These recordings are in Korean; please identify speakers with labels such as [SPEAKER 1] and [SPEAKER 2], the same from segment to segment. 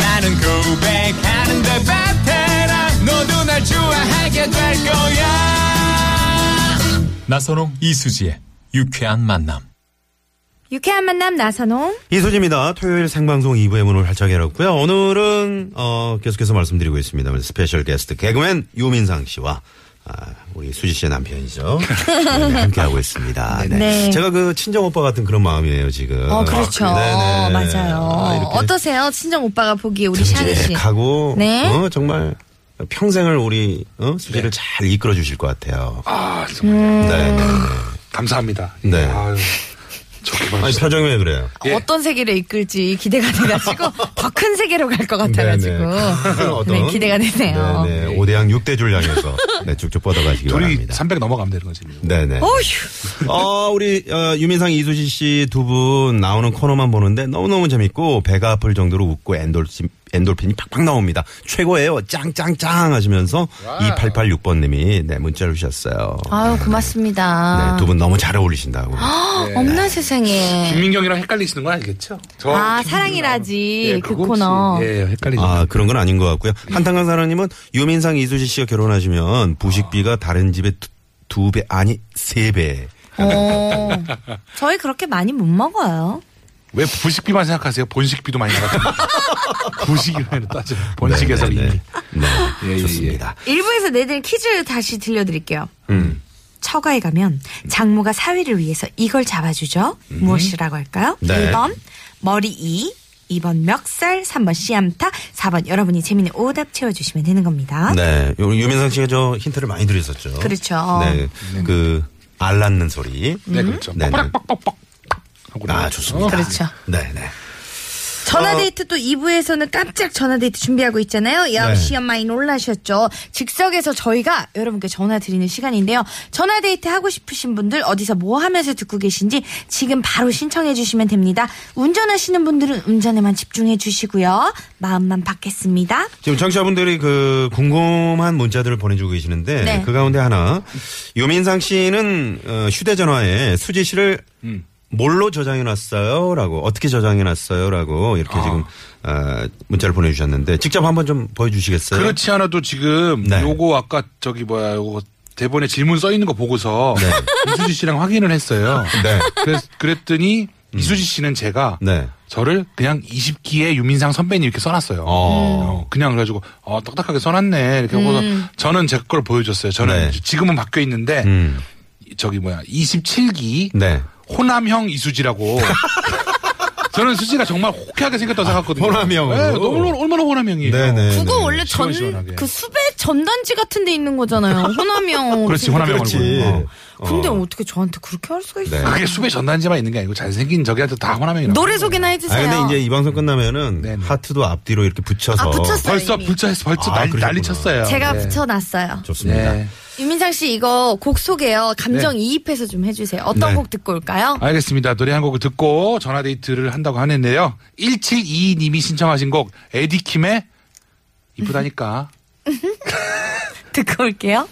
[SPEAKER 1] 나는 고백하는데 베테랑 너도 날 좋아하게 될 거야. 나선홍 이수지의 유쾌한 만남.
[SPEAKER 2] 유쾌한 만남 나선홍.
[SPEAKER 3] 이수지입니다. 토요일 생방송 2부의 문을 활짝 열었고요. 오늘은 어, 계속해서 말씀드리고 있습니다. 우리 스페셜 게스트 개그맨 유민상 씨와 아, 우리 수지 씨의 남편이죠. 네, 함께 하고 있습니다. 네.
[SPEAKER 2] 네.
[SPEAKER 3] 제가 그 친정 오빠 같은 그런 마음이에요 지금.
[SPEAKER 2] 어 그렇죠.
[SPEAKER 3] 아, 네네.
[SPEAKER 2] 맞아요.
[SPEAKER 3] 아, 이렇게
[SPEAKER 2] 어떠세요? 친정 오빠가 보기에 우리 샤니 씨.
[SPEAKER 3] 듬직하고
[SPEAKER 2] 네.
[SPEAKER 3] 어, 정말 평생을 우리 어, 수지를 잘 이끌어 주실 것 같아요.
[SPEAKER 4] 아, 정말
[SPEAKER 3] 네. 네.
[SPEAKER 4] 감사합니다.
[SPEAKER 3] 네.
[SPEAKER 4] 예, 아유, 좋게
[SPEAKER 3] 아니
[SPEAKER 4] 봐주셔서.
[SPEAKER 3] 표정이 왜 그래요?
[SPEAKER 4] 예.
[SPEAKER 2] 어떤 세계로 이끌지 기대가 돼가지고 더 큰 세계로 갈 것 같아가지고 네, 기대가 되네요.
[SPEAKER 3] 네네. 5대양 6대줄 향해서 네, 쭉쭉 뻗어가시기
[SPEAKER 4] 둘이
[SPEAKER 3] 바랍니다.
[SPEAKER 4] 300 넘어가면 되는 거지. 지금.
[SPEAKER 3] 네네.
[SPEAKER 2] 어휴,
[SPEAKER 3] 어, 우리 어, 유민상 이수지 씨 두 분 나오는 코너만 보는데 너무너무 재밌고 배가 아플 정도로 웃고 엔돌핀 엔돌핀이 팍팍 나옵니다. 최고예요. 짱짱짱 하시면서 2886번 님이 네, 문자를 주셨어요.
[SPEAKER 2] 아유 고맙습니다.
[SPEAKER 3] 네, 뭐. 두 분 너무 잘 어울리신다고.
[SPEAKER 2] 아, 없는 세상에.
[SPEAKER 4] 김민경이랑 헷갈리시는 건 아니겠죠? 저
[SPEAKER 2] 아
[SPEAKER 4] 김민경.
[SPEAKER 2] 사랑이라지
[SPEAKER 4] 예,
[SPEAKER 2] 그
[SPEAKER 4] 그거 혹시,
[SPEAKER 2] 코너.
[SPEAKER 4] 예, 헷갈리죠.
[SPEAKER 3] 아, 그런 건 아닌 것 같고요. 한탄강 사랑님은 유민상 이수지 씨가 결혼하시면 부식비가 다른 집에 두, 두 배, 아니, 세 배.
[SPEAKER 2] 어, 저희 그렇게 많이 못 먹어요.
[SPEAKER 4] 왜 부식비만 생각하세요? 본식비도 많이 나가요. 부식이라면 따져. 본식에서
[SPEAKER 3] 네,
[SPEAKER 4] 이미.
[SPEAKER 3] 네, 네.
[SPEAKER 4] 예, 예, 예.
[SPEAKER 3] 좋습니다.
[SPEAKER 2] 일부에서 내드린 퀴즈 다시 들려드릴게요.
[SPEAKER 3] 음.
[SPEAKER 2] 처가에 가면 장모가 사위를 위해서 이걸 잡아주죠. 무엇이라고 할까요?
[SPEAKER 3] 음. 네.
[SPEAKER 2] 1번 머리 이, 2번 멱살, 3번 씨암탉, 4번 여러분이 재밌는 오답 채워주시면 되는 겁니다.
[SPEAKER 3] 네, 요- 유민상 씨가 저 힌트를 많이 드렸었죠.
[SPEAKER 2] 아? 그렇죠.
[SPEAKER 3] 네, 그 알낳는 소리.
[SPEAKER 4] 네, 그렇죠.
[SPEAKER 3] 네, 네.
[SPEAKER 4] 빡빡빡빡빡. 하고
[SPEAKER 3] 아
[SPEAKER 4] 나와요.
[SPEAKER 3] 좋습니다.
[SPEAKER 4] 어,
[SPEAKER 2] 그렇죠.
[SPEAKER 3] 네, 네.
[SPEAKER 2] 전화데이트 또 2부에서는 깜짝 전화데이트 준비하고 있잖아요. 역시 많이 놀라셨죠. 즉석에서 저희가 여러분께 전화드리는 시간인데요. 전화데이트 하고 싶으신 분들 어디서 뭐 하면서 듣고 계신지 지금 바로 신청해 주시면 됩니다. 운전하시는 분들은 운전에만 집중해 주시고요. 마음만 받겠습니다.
[SPEAKER 3] 지금 청취자분들이 그 궁금한 문자들을 보내주고 계시는데
[SPEAKER 2] 네.
[SPEAKER 3] 그 가운데 하나 유민상 씨는 어, 휴대전화에 수지 씨를
[SPEAKER 4] 음.
[SPEAKER 3] 뭘로 저장해놨어요라고 어떻게 저장해놨어요라고 이렇게
[SPEAKER 4] 아.
[SPEAKER 3] 지금 어, 문자를 보내주셨는데 직접 한번 좀 보여주시겠어요?
[SPEAKER 4] 그렇지 않아도 지금
[SPEAKER 3] 네.
[SPEAKER 4] 요거 아까 저기 뭐야 요거 대본에 질문 써 있는 거 보고서 이수지 씨랑 확인을 했어요.
[SPEAKER 3] 네. 음.
[SPEAKER 4] 그래서 그랬더니 이수지 씨는 제가
[SPEAKER 3] 네.
[SPEAKER 4] 저를 그냥 20기의 유민상 선배님 이렇게 써놨어요. 어, 그냥 그래가지고 어, 딱딱하게 써놨네 이렇게 하고서 저는 제 걸 보여줬어요. 저는
[SPEAKER 3] 네.
[SPEAKER 4] 지금은 바뀌어 있는데
[SPEAKER 3] 음.
[SPEAKER 4] 저기 뭐야 27기
[SPEAKER 3] 네.
[SPEAKER 4] 호남형 이수지라고. 저는 수지가 정말 호쾌하게 생겼다고 생각하거든요.
[SPEAKER 3] 아, 호남형으로?
[SPEAKER 4] 네, 너무 얼마나 호남형이에요.
[SPEAKER 3] 네네.
[SPEAKER 2] 그거
[SPEAKER 3] 네.
[SPEAKER 2] 원래 전,
[SPEAKER 4] 시원시원하게.
[SPEAKER 2] 그 수배 전단지 같은 데 있는 거잖아요. 호남형.
[SPEAKER 4] 그렇지 호남형 얼굴.
[SPEAKER 3] 아,
[SPEAKER 4] 어.
[SPEAKER 2] 근데 어떻게 저한테 그렇게 할 수가 있어요?
[SPEAKER 3] 네.
[SPEAKER 4] 그게 수배 전단지만 있는 게 아니고 잘생긴 저기한테 다 호남형이라고.
[SPEAKER 2] 노래 소개나 해주세요.
[SPEAKER 3] 아 근데 이제 이 방송 끝나면은
[SPEAKER 4] 네네.
[SPEAKER 3] 하트도 앞뒤로 이렇게 붙여서
[SPEAKER 2] 아, 붙였어요.
[SPEAKER 4] 벌써
[SPEAKER 2] 이미.
[SPEAKER 4] 불자에서 벌써
[SPEAKER 3] 아,
[SPEAKER 4] 난리,
[SPEAKER 3] 그러셨구나.
[SPEAKER 4] 난리 쳤어요.
[SPEAKER 2] 제가
[SPEAKER 4] 네.
[SPEAKER 2] 붙여놨어요.
[SPEAKER 3] 좋습니다.
[SPEAKER 4] 네.
[SPEAKER 2] 유민상 씨 이거 곡 소개요. 감정
[SPEAKER 4] 네.
[SPEAKER 2] 이입해서 좀 해주세요. 어떤
[SPEAKER 3] 네.
[SPEAKER 2] 곡 듣고 올까요?
[SPEAKER 4] 알겠습니다. 노래 한 곡을 듣고 전화데이트를 한다고 하는데요. 1722님이 신청하신 곡, 에디킴의 이쁘다니까.
[SPEAKER 2] 듣고 올게요.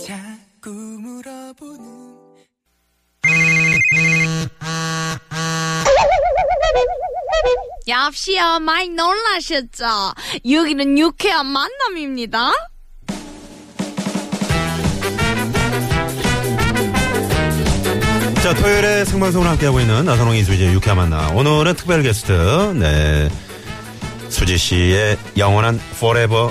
[SPEAKER 5] 자꾸 물어보는
[SPEAKER 2] 역시요 많이 놀라셨죠? 여기는 유쾌한 만남입니다.
[SPEAKER 3] 자, 토요일에 생방송을 함께하고 있는 나선홍 이수지의 유쾌한 만나. 오늘은 특별 게스트, 네. 수지 씨의 영원한 forever,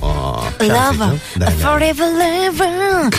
[SPEAKER 3] 어,
[SPEAKER 2] Lover,
[SPEAKER 3] 피아니스트죠? 네, 네.
[SPEAKER 2] forever lover,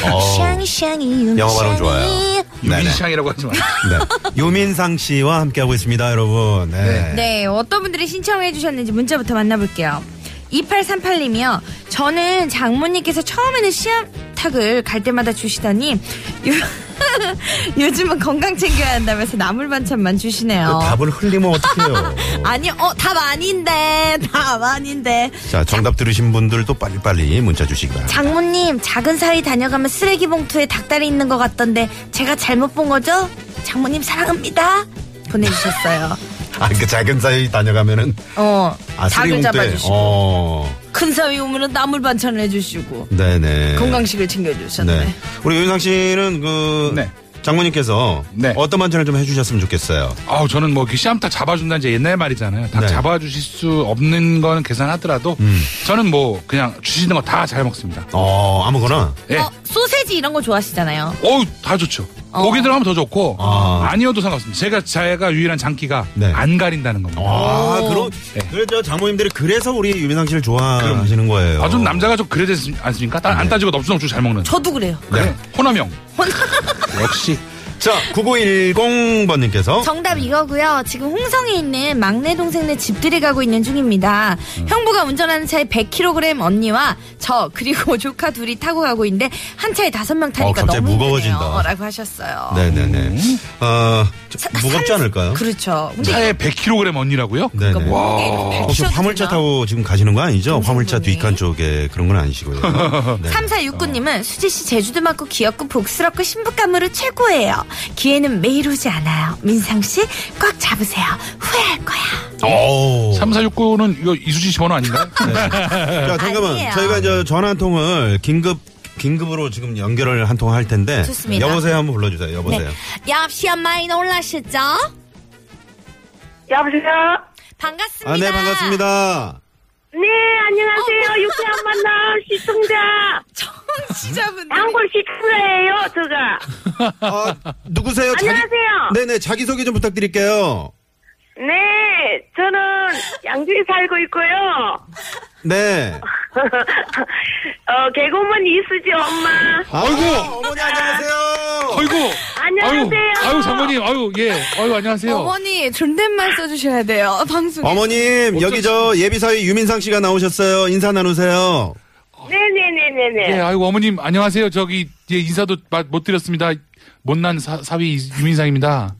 [SPEAKER 2] 샹샹이 윤
[SPEAKER 3] 영어 발음 좋아요. 네, 네.
[SPEAKER 4] 유민샹이라고 하지 마요.
[SPEAKER 3] 네. 유민상 씨와 함께하고 있습니다, 여러분. 네.
[SPEAKER 2] 네, 어떤 분들이 신청해 주셨는지 문자부터 만나볼게요. 2838님이요. 저는 장모님께서 처음에는 시암탁을 갈 때마다 주시다니 요, 즘은 건강 챙겨야 한다면서 나물 반찬만 주시네요.
[SPEAKER 3] 그 답을 흘리면 어떡해요.
[SPEAKER 2] 아니요, 어, 답 아닌데, 답 아닌데.
[SPEAKER 3] 자, 정답 들으신 분들도 빨리빨리 문자 주시기 바랍니다.
[SPEAKER 2] 장모님, 작은 사이 다녀가면 쓰레기 봉투에 닭다리 있는 것 같던데, 제가 잘못 본 거죠? 장모님, 사랑합니다. 보내주셨어요.
[SPEAKER 3] 아, 그 작은 사이 다녀가면은
[SPEAKER 2] 어,
[SPEAKER 3] 아,
[SPEAKER 2] 닭을
[SPEAKER 3] 쓰레기봉투에,
[SPEAKER 2] 잡아주시고,
[SPEAKER 3] 어,
[SPEAKER 2] 큰 사위 오면은 나물 반찬을 해주시고,
[SPEAKER 3] 네네.
[SPEAKER 2] 건강식을 챙겨주셨네.
[SPEAKER 3] 네. 우리 윤상 씨는 그
[SPEAKER 4] 네.
[SPEAKER 3] 장모님께서
[SPEAKER 4] 네.
[SPEAKER 3] 어떤 반찬을 좀 해주셨으면 좋겠어요.
[SPEAKER 4] 아우 저는 뭐 이렇게 씨암탉 잡아준다 이제 옛날 말이잖아요. 닭
[SPEAKER 3] 네.
[SPEAKER 4] 잡아주실 수 없는 건 계산하더라도 저는 뭐 그냥 주시는 거 다 잘 먹습니다.
[SPEAKER 3] 어, 아무거나.
[SPEAKER 4] 예.
[SPEAKER 2] 어, 소세지 이런 거 좋아하시잖아요.
[SPEAKER 4] 어우 다 좋죠.
[SPEAKER 2] 어.
[SPEAKER 4] 고기 들어가면 더 좋고
[SPEAKER 3] 아.
[SPEAKER 4] 아. 니어도 상관없습니다. 제가 제가 유일한 장기가
[SPEAKER 3] 네.
[SPEAKER 4] 안 가린다는 겁니다.
[SPEAKER 3] 아, 그럼
[SPEAKER 4] 네.
[SPEAKER 3] 그래서 장모님들이 그래서 우리 유민상 씨를 좋아하시는 거예요.
[SPEAKER 4] 아, 좀 남자가 좀 그러지 않습니까? 딴- 안 따지고 넙죽넙죽 잘 먹는.
[SPEAKER 2] 저도 그래요.
[SPEAKER 4] 그래. 호남형. 역시.
[SPEAKER 3] 자, 9910번님께서
[SPEAKER 2] 정답 이거고요. 지금 홍성에 있는 막내 동생네 집들이 가고 있는 중입니다.
[SPEAKER 3] 음.
[SPEAKER 2] 형부가 운전하는 차에 100kg 언니와 저 그리고 조카 둘이 타고 가고 있는데 한 차에 다섯 명 타니까
[SPEAKER 3] 어, 갑자기
[SPEAKER 2] 너무
[SPEAKER 3] 무거워진다.
[SPEAKER 2] 힘드네요라고 하셨어요.
[SPEAKER 3] 네네네.
[SPEAKER 4] 음.
[SPEAKER 3] 어, 저-
[SPEAKER 2] 사-
[SPEAKER 3] 무겁지
[SPEAKER 2] 살-
[SPEAKER 3] 않을까요?
[SPEAKER 2] 그렇죠. 근데
[SPEAKER 4] 차에 100kg 언니라고요?
[SPEAKER 2] 그러니까
[SPEAKER 3] 네네.
[SPEAKER 2] 혹시
[SPEAKER 3] 혹시 화물차 타고 지금 가시는 거 아니죠?
[SPEAKER 2] 음,
[SPEAKER 3] 화물차 뒷간 쪽에 그런 건 아니시고요. 네.
[SPEAKER 2] 3469님은 수지씨 제주도 맞고 귀엽고 복스럽고 신부감으로 최고예요. 기회는 매일 오지 않아요. 민상씨 꽉 잡으세요. 후회할 거야.
[SPEAKER 3] 오.
[SPEAKER 4] 3469는 이거 이수진 씨 번호 아닌가요?
[SPEAKER 3] 자, 잠깐만.
[SPEAKER 2] 아니에요.
[SPEAKER 3] 저희가 이제 전화 한 통을 긴급 긴급으로 지금 연결을 한 통 할 텐데
[SPEAKER 2] 좋습니다. 네.
[SPEAKER 3] 여보세요 한번 불러주세요. 여보세요.
[SPEAKER 2] 역시 엄마이 놀라셨죠?
[SPEAKER 6] 여보세요?
[SPEAKER 2] 반갑습니다.
[SPEAKER 3] 아, 네 반갑습니다.
[SPEAKER 4] 어,
[SPEAKER 6] 네,
[SPEAKER 4] 뭐?
[SPEAKER 6] 안녕하세요. 유쾌한 만남, 시청자.
[SPEAKER 4] 네.
[SPEAKER 2] 청취자분들.
[SPEAKER 6] 단골 시청자예요, 제가.
[SPEAKER 3] 아, 누구세요? 자기-
[SPEAKER 6] 안녕하세요.
[SPEAKER 3] 네네 자기 소개 좀 부탁드릴게요.
[SPEAKER 6] 네, 저는 양주에 살고 있고요.
[SPEAKER 3] 네.
[SPEAKER 6] 어, 개그우먼 이수지 엄마.
[SPEAKER 2] 네.
[SPEAKER 4] 아이고!
[SPEAKER 3] 어머니 안녕하세요.
[SPEAKER 4] 아이고! 아유,
[SPEAKER 6] 안녕하세요.
[SPEAKER 4] 아유, 장모님, 아유, 예. 아유, 안녕하세요.
[SPEAKER 2] 어머니 존댓말 써주셔야 돼요 방송.
[SPEAKER 3] 어머님 여기 저 예비사위 유민상 씨가 나오셨어요. 인사 나누세요.
[SPEAKER 4] 예,
[SPEAKER 6] 네, 네네네네네.
[SPEAKER 4] 아이고, 어머님, 안녕하세요. 저기, 예, 인사도 마- 못 드렸습니다. 못난 사, 사위 이- 유민상입니다.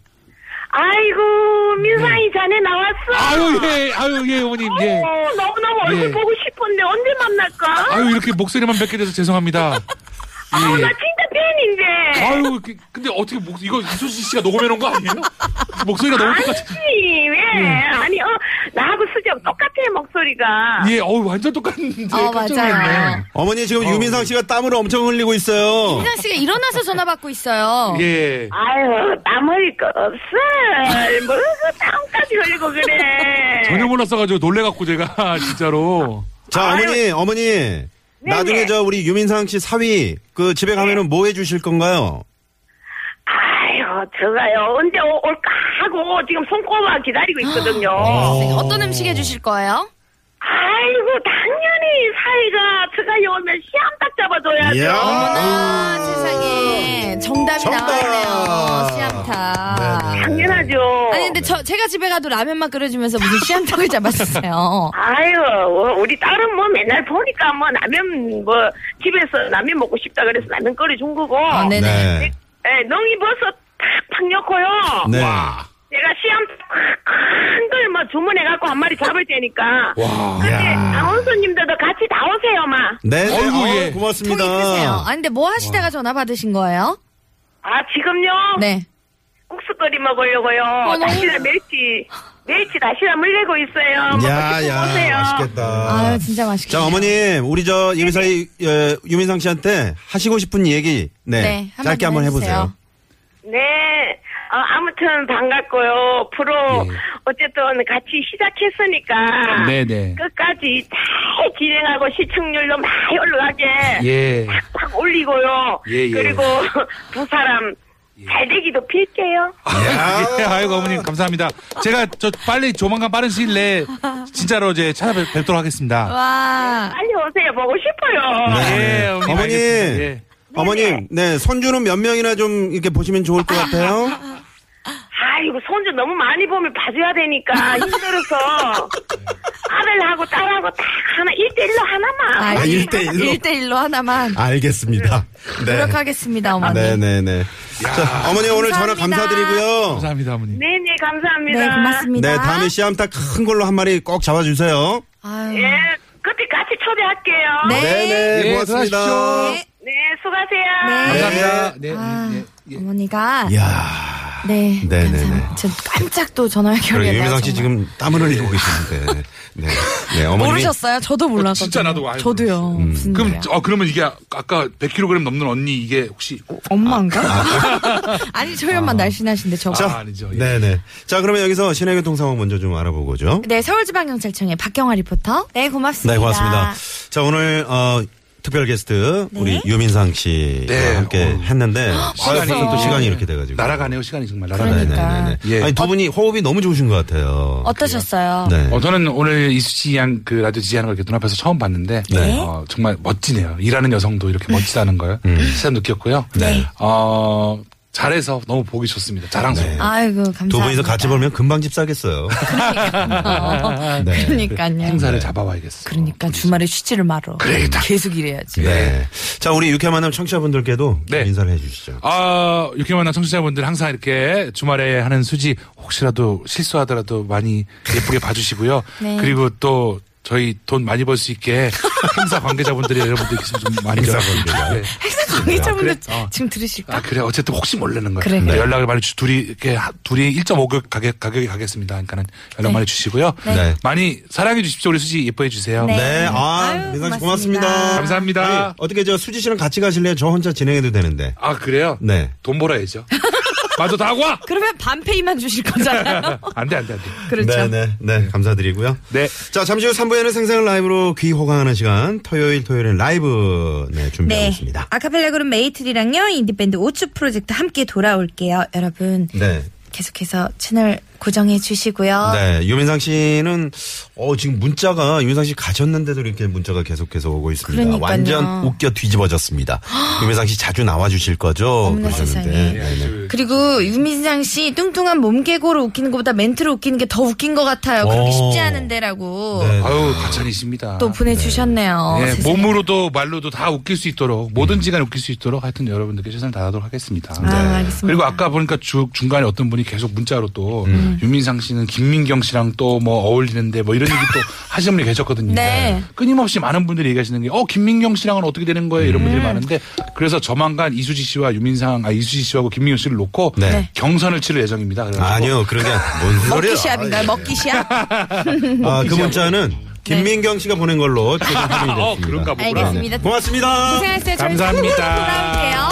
[SPEAKER 6] 아이고, 민상이 자네 나왔어.
[SPEAKER 4] 아유, 예, 아유, 예, 어머님, 예.
[SPEAKER 6] 어, 너무너무 얼굴
[SPEAKER 4] 예.
[SPEAKER 6] 보고 싶었는데 언제 만날까?
[SPEAKER 4] 아유, 이렇게 목소리만 뵙게 돼서 죄송합니다.
[SPEAKER 6] 어,
[SPEAKER 4] 예.
[SPEAKER 6] 나 진짜 팬인데.
[SPEAKER 4] 아유, 그- 근데 어떻게 목, 이거 이수진 씨가 녹음해 놓은 거 아니에요? 목소리가 너무 똑같아.
[SPEAKER 6] 아니, 왜?
[SPEAKER 4] 네.
[SPEAKER 6] 아니, 어, 나하고 수지하고 똑같아, 목소리가.
[SPEAKER 4] 예, 어우, 완전 똑같은데.
[SPEAKER 2] 어,
[SPEAKER 4] 깜짝
[SPEAKER 2] 맞아요.
[SPEAKER 4] 놀랐네.
[SPEAKER 3] 어머니 지금 유민상 씨가 땀을 엄청 흘리고 있어요.
[SPEAKER 2] 민상 씨가 일어나서 전화 받고 있어요.
[SPEAKER 4] 예.
[SPEAKER 6] 아유, 땀 흘릴 거 없어. 뭐, 땀까지 흘리고 그래.
[SPEAKER 4] 전혀 몰랐어가지고 놀래갖고 제가, 진짜로.
[SPEAKER 3] 자
[SPEAKER 6] 아유.
[SPEAKER 3] 어머니 어머니 나중에
[SPEAKER 6] 네.
[SPEAKER 3] 저 우리 유민상 씨 사위 그 집에
[SPEAKER 2] 네.
[SPEAKER 3] 가면은 뭐 해주실 건가요?
[SPEAKER 6] 아유, 저가요. 언제 오- 올까 하고 지금 손꼽아 기다리고 있거든요.
[SPEAKER 3] 아.
[SPEAKER 2] 어떤 음식 해주실 거예요?
[SPEAKER 6] 아이고, 당연히 사이가 저가요 오면 시암딱
[SPEAKER 3] 이야.
[SPEAKER 6] 잡아줘야죠.
[SPEAKER 2] 아 세상에 정답이
[SPEAKER 3] 정답.
[SPEAKER 2] 나왔네요. 시암타.
[SPEAKER 3] 네네.
[SPEAKER 6] 당연하죠.
[SPEAKER 2] 아니 근데 저 제가 집에 가도 라면만 끓여주면서 무슨 시암탕을 잡았어요.
[SPEAKER 6] 아유, 어, 우리 딸은 뭐 맨날 보니까 뭐 라면 뭐 집에서 라면 먹고 싶다 그래서 라면 끓여준 거고.
[SPEAKER 2] 아, 네. 네네.
[SPEAKER 3] 네.
[SPEAKER 6] 예, 농이버섯 팍팍 넣고요.
[SPEAKER 3] 네.
[SPEAKER 6] 내가 시암 큰걸 뭐 주문해갖고 한 마리 잡을 테니까. 근데 강원수님들도 같이 다 오세요, 마.
[SPEAKER 3] 네.
[SPEAKER 4] 어이구,
[SPEAKER 3] 아유,
[SPEAKER 4] 예.
[SPEAKER 2] 통이 크세요.
[SPEAKER 3] 고맙습니다.
[SPEAKER 2] 아 근데 뭐 하시다가 전화 받으신 거예요?
[SPEAKER 6] 아 지금요?
[SPEAKER 2] 네. 어,
[SPEAKER 6] 국수 끓이 먹으려고요.
[SPEAKER 2] 너무
[SPEAKER 6] 다시랑 멸치, 멸치 다시랑 물리고 있어요.
[SPEAKER 2] 아,
[SPEAKER 6] 먹고
[SPEAKER 3] 야,
[SPEAKER 6] 싶으면 오세요.
[SPEAKER 3] 야, 맛있겠다.
[SPEAKER 2] 아유 진짜 맛있겠다.
[SPEAKER 3] 어. 자, 어머님, 우리 저 예비사위 어, 유민상 씨한테 하시고 싶은 얘기, 네,
[SPEAKER 2] 네, 한번
[SPEAKER 3] 짧게 한번 해보세요.
[SPEAKER 2] 해주세요.
[SPEAKER 6] 네. 어, 아무튼 반갑고요. 프로
[SPEAKER 3] 예.
[SPEAKER 6] 어쨌든 같이 시작했으니까
[SPEAKER 4] 네네.
[SPEAKER 6] 끝까지 잘 진행하고 시청률도 많이 올라가게
[SPEAKER 4] 예.
[SPEAKER 6] 확 올리고요.
[SPEAKER 4] 예, 예.
[SPEAKER 6] 그리고 두 사람 잘 되기도 빌게요.
[SPEAKER 4] 예, 아이고 어머님 감사합니다. 제가 저 빨리 조만간 빠른 시일 내에 진짜로 이제 찾아뵙도록 하겠습니다.
[SPEAKER 2] 와.
[SPEAKER 6] 빨리 오세요. 보고 싶어요.
[SPEAKER 4] 예, 어머님.
[SPEAKER 3] 어머님,
[SPEAKER 4] 알겠습니다. 예.
[SPEAKER 3] 어머님, 네, 손주는 몇 명이나 좀 이렇게 보시면 좋을 것 같아요?
[SPEAKER 6] 아이고 손주 너무 많이 보면 봐줘야 되니까 힘들어서 딸을 하고 딸하고 딱 하나 일대일로 하나만.
[SPEAKER 3] 아,
[SPEAKER 2] 일-
[SPEAKER 3] 일대일로?
[SPEAKER 2] 일대일로 하나만
[SPEAKER 3] 알겠습니다. 네.
[SPEAKER 2] 노력하겠습니다, 어머니.
[SPEAKER 3] 네네네. 자, 어머니 오늘 전화
[SPEAKER 2] 감사합니다.
[SPEAKER 3] 감사드리고요.
[SPEAKER 4] 감사합니다, 어머니.
[SPEAKER 6] 네네 감사합니다.
[SPEAKER 2] 네, 고맙습니다.
[SPEAKER 3] 네, 다음에 씨암탉 큰 걸로 한 마리 꼭 잡아주세요.
[SPEAKER 2] 아유.
[SPEAKER 6] 예, 그때 같이 초대할게요.
[SPEAKER 2] 네.
[SPEAKER 3] 네네,
[SPEAKER 4] 예,
[SPEAKER 3] 고맙습니다.
[SPEAKER 4] 들어가십시오.
[SPEAKER 2] 네.
[SPEAKER 6] 네, 수고하세요.
[SPEAKER 4] 감사합니다. 네,
[SPEAKER 2] 아,
[SPEAKER 4] 네, 네.
[SPEAKER 2] 어머니가
[SPEAKER 3] 예. 이야.
[SPEAKER 2] 네,
[SPEAKER 3] 네네네.
[SPEAKER 2] 감사합니다. 저 깜짝 또 전화
[SPEAKER 3] 그리고
[SPEAKER 2] 연결이
[SPEAKER 3] 유미상 씨 지금 땀을 흘리고 계시는데. 네. 네, 어머니.
[SPEAKER 2] 모르셨어요? 저도 몰랐거든요.
[SPEAKER 4] 진짜 나도 알고
[SPEAKER 2] 저도요.
[SPEAKER 3] 음.
[SPEAKER 2] 무슨
[SPEAKER 4] 그럼,
[SPEAKER 2] 일이야.
[SPEAKER 4] 어, 그러면 이게 아까 100kg 넘는 언니 이게 혹시.
[SPEAKER 2] 엄마인가?
[SPEAKER 3] 아,
[SPEAKER 2] 아니 저희 엄마 날씬하신데 저.
[SPEAKER 4] 자.
[SPEAKER 2] 거
[SPEAKER 4] 아, 아니죠. 예.
[SPEAKER 3] 네네. 자, 그러면 여기서 시내교통 상황 먼저 좀 알아보고죠.
[SPEAKER 2] 네 서울지방경찰청의 박경화 리포터. 네 고맙습니다.
[SPEAKER 3] 네, 고맙습니다. 자, 오늘, 어, 특별 게스트,
[SPEAKER 2] 네.
[SPEAKER 3] 우리 유민상 씨와
[SPEAKER 4] 네,
[SPEAKER 3] 함께
[SPEAKER 4] 어.
[SPEAKER 3] 했는데,
[SPEAKER 4] 시간이
[SPEAKER 3] 벌써 또 시간이 이렇게 돼가지고.
[SPEAKER 4] 날아가네요, 시간이 정말.
[SPEAKER 3] 네네네.
[SPEAKER 4] 날아가네요.
[SPEAKER 2] 그러니까.
[SPEAKER 4] 예.
[SPEAKER 3] 아니, 두 분이 호흡이 너무 좋으신 것 같아요.
[SPEAKER 2] 어떠셨어요?
[SPEAKER 3] 네.
[SPEAKER 4] 어, 저는 오늘 이수 씨 양 그 라디오 지지하는 걸 이렇게 눈앞에서 처음 봤는데
[SPEAKER 3] 네.
[SPEAKER 4] 어, 정말 멋지네요. 일하는 여성도 이렇게 멋지다는 걸
[SPEAKER 2] 음.
[SPEAKER 4] 새삼 느꼈고요.
[SPEAKER 3] 네.
[SPEAKER 4] 어, 잘해서 너무 보기 좋습니다. 자랑스러워요.
[SPEAKER 2] 아이고 감사합니다.
[SPEAKER 3] 두 분이서 같이 벌면 금방 집 사겠어요.
[SPEAKER 2] 어,
[SPEAKER 3] 네.
[SPEAKER 2] 그러니까요.
[SPEAKER 4] 행사를 잡아와야겠어요.
[SPEAKER 2] 그러니까 주말에 쉬지를 말어.
[SPEAKER 4] 그래,
[SPEAKER 3] 그러니까.
[SPEAKER 4] 딱.
[SPEAKER 2] 계속 일해야지.
[SPEAKER 3] 네. 자, 우리 유쾌한 만남 청취자분들께도
[SPEAKER 4] 네.
[SPEAKER 3] 인사를 해주시죠.
[SPEAKER 4] 아, 이렇게 만난 청취자분들 항상 이렇게 주말에 하는 수지 혹시라도 실수하더라도 많이 예쁘게 봐주시고요.
[SPEAKER 2] 네.
[SPEAKER 4] 그리고 또 저희 돈 많이 벌 수 있게 행사 관계자분들이 여러분들 계시면 좀 많이
[SPEAKER 3] 행사
[SPEAKER 4] 연락 주시고요.
[SPEAKER 3] 관계자.
[SPEAKER 4] 네.
[SPEAKER 2] 항상
[SPEAKER 3] 아,
[SPEAKER 2] 관계자분들
[SPEAKER 4] 그래? 어.
[SPEAKER 2] 지금 들으실까?
[SPEAKER 4] 아 그래 어쨌든 혹시 모르는 거예요.
[SPEAKER 2] 그래,
[SPEAKER 4] 네,
[SPEAKER 2] 그래.
[SPEAKER 4] 연락을 많이 주 둘이 이렇게 하- 둘이 1.5급 가격 가격이 가겠습니다. 그러니까는 연락
[SPEAKER 2] 네.
[SPEAKER 4] 많이 주시고요.
[SPEAKER 3] 네. 네.
[SPEAKER 4] 많이 사랑해 주십시오. 우리 수지 예뻐해 주세요.
[SPEAKER 2] 네.
[SPEAKER 3] 아,
[SPEAKER 2] 아유,
[SPEAKER 3] 민상 씨
[SPEAKER 2] 고맙습니다.
[SPEAKER 3] 고맙습니다.
[SPEAKER 4] 감사합니다.
[SPEAKER 3] 아니, 어떻게 저 수지 씨랑 같이 가실래요? 저 혼자 진행해도 되는데.
[SPEAKER 4] 아 그래요?
[SPEAKER 3] 네.
[SPEAKER 4] 돈 벌어야죠. 맞아 다 와.
[SPEAKER 2] 그러면 반페이만 주실 거잖아요.
[SPEAKER 4] 안돼 안돼 안돼.
[SPEAKER 2] 그렇죠.
[SPEAKER 3] 네, 네, 네. 감사드리고요.
[SPEAKER 4] 네.
[SPEAKER 3] 자, 잠시 후 3부에는 생생한 라이브로 귀 호강하는 시간, 토요일, 토요일은 라이브, 네, 준비하고
[SPEAKER 2] 네.
[SPEAKER 3] 있습니다.
[SPEAKER 2] 아카펠라 그룹 메이트리랑요, 인디밴드 오츠 프로젝트 함께 돌아올게요. 여러분,
[SPEAKER 3] 네.
[SPEAKER 2] 계속해서 채널 고정해 주시고요.
[SPEAKER 3] 네, 유민상 씨는, 어, 지금 문자가, 유민상 씨 가셨는데도 이렇게 문자가 계속해서 오고 있습니다.
[SPEAKER 2] 그러니까요.
[SPEAKER 3] 완전 웃겨 뒤집어졌습니다. 유민상 씨 자주 나와주실 거죠?
[SPEAKER 2] 어머나
[SPEAKER 3] 그러셨는데.
[SPEAKER 2] 세상에.
[SPEAKER 3] 네, 네.
[SPEAKER 2] 그리고 유민상 씨 뚱뚱한 몸개고로 웃기는 것보다 멘트로 웃기는 게 더 웃긴 것 같아요.
[SPEAKER 3] 오.
[SPEAKER 2] 그렇게 쉽지 않은데라고
[SPEAKER 3] 어. 네.
[SPEAKER 4] 아유 과찬이십니다.
[SPEAKER 2] 또 보내주셨네요.
[SPEAKER 4] 예,
[SPEAKER 2] 어, 세상에.
[SPEAKER 4] 몸으로도 말로도 다 웃길 수 있도록 뭐든지 간에 웃길 수 있도록 하여튼 여러분들께 최선을 다하도록 하겠습니다. 네.
[SPEAKER 2] 아, 알겠습니다.
[SPEAKER 4] 그리고 아까 보니까 주, 중간에 어떤 분이 계속 문자로 또
[SPEAKER 2] 음.
[SPEAKER 4] 유민상 씨는 김민경 씨랑 또 뭐 어울리는데 뭐 이런 얘기 또 하시는 분이 계셨거든요.
[SPEAKER 2] 네.
[SPEAKER 4] 끊임없이 많은 분들이 얘기하시는 게 어 김민경 씨랑은 어떻게 되는 거예요
[SPEAKER 2] 음.
[SPEAKER 4] 이런 분들이 많은데 그래서 조만간 이수지 씨와 유민상 아 이수지 씨하고 김민경 씨를 놓고
[SPEAKER 3] 네. 네.
[SPEAKER 4] 경선을 치를 예정입니다. 그래가지고
[SPEAKER 3] 아니요, 그런 게뭔 소리야.
[SPEAKER 2] 먹기시합인가요? 먹기시합? 네,
[SPEAKER 3] 아, 그 문자는 김민경 씨가 보낸 걸로 최종 확인이
[SPEAKER 4] 어,
[SPEAKER 3] 됐습니다. 네,
[SPEAKER 4] 그런가 보구나.
[SPEAKER 2] 알겠습니다.
[SPEAKER 3] 고맙습니다.
[SPEAKER 2] 고생하셨어요. 저희 삼부로
[SPEAKER 4] 감사합니다.
[SPEAKER 2] 돌아올게요.